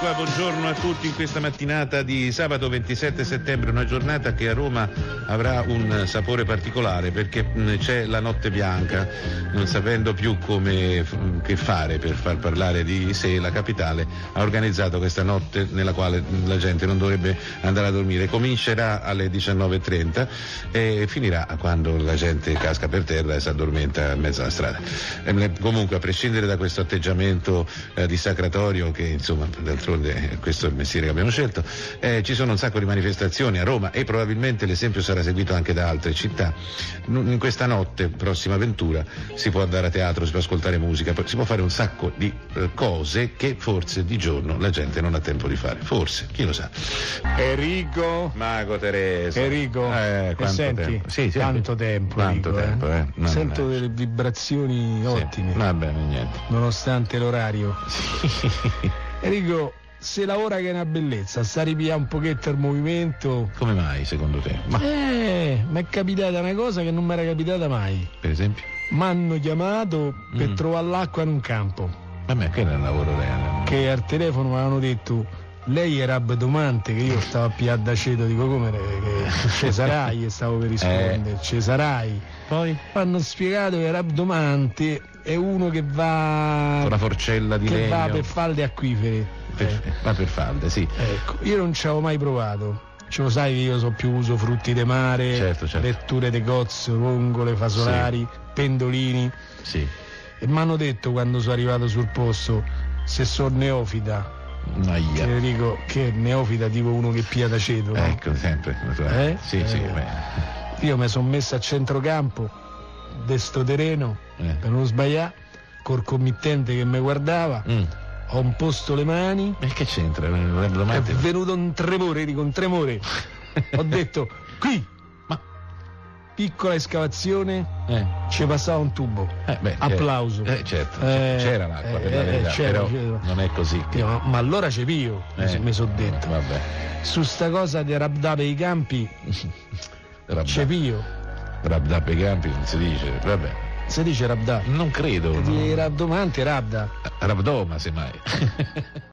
Papa, buongiorno a tutti in questa mattinata di sabato 27 settembre, una giornata che a Roma avrà un sapore particolare perché mh, c'è la notte bianca, non sapendo più come mh, che fare per far parlare di sé, la capitale ha organizzato questa notte nella quale mh, la gente non dovrebbe andare a dormire. Comincerà alle 19.30 e finirà quando la gente casca per terra e si addormenta in mezzo alla strada. Eh, comunque, a prescindere da questo atteggiamento eh, dissacratorio che insomma d'altronde eh, questo è il mestiere che abbiamo scelto eh, ci sono un sacco di manifestazioni a Roma e probabilmente l'esempio sarà seguito anche da altre città N- in questa notte prossima ventura si può andare a teatro si può ascoltare musica poi si può fare un sacco di eh, cose che forse di giorno la gente non ha tempo di fare forse chi lo sa Enrico, Mago Teresa Enrico, Eh, e quanto senti, tempo. Sì, sì. tanto tempo, Tanto Enrico, tempo, eh. Mamma sento mia. delle vibrazioni Sì. ottime, va bene niente nonostante l'orario. Enrico, se lavora che è una bellezza, sta ripigliando un pochetto il movimento. come mai secondo te ma Eh, mi è capitata una cosa che non mi era capitata mai. per esempio Mi hanno chiamato per Mm. trovare l'acqua in un campo, vabbè quello è un lavoro reale che al telefono mi avevano detto... Lei era abdomante che io stavo a pigliare d'aceto, dico come che ce sarai e stavo Eh. per rispondere, ce sarai. poi hanno spiegato che l'abdomante è uno che va, una forcella di che legno va per falde acquifere. Eh, Per- va per falde, sì. ecco, io non ci avevo mai provato. Ce lo sai che io so più uso frutti de mare, Certo, certo. letture de cozzo, vongole, fasolari, pendolini. sì. E mi hanno detto quando sono arrivato sul posto, se sono neofita, Noia. che dico che neofita tipo uno che pia d'aceto. no? Ecco, sempre. Eh? Sì, sì. Eh. beh. Io mi sono messo a centrocampo, desto terreno, Eh. per non sbagliare, col committente che mi guardava. Mm. ho un posto le mani, E che c'entra? La è domanda venuto un tremore, dico un tremore. ho detto, qui, Ma- piccola escavazione, eh. ci passava un tubo. Eh, beh, Applauso. eh, certo, Eh, c'era l'acqua per la eh, verità, eh, c'era, però c'era. non è così che... Io, ma, ma allora c'è pio, eh, mi sono detto. Vabbè. Su sta cosa di rabdare i campi, c'è Rabda, pio. rabda per i campi non si dice, vabbè. Si dice rabdare. Non credo. Di no. rabdomante rabda. Rabdoma semmai.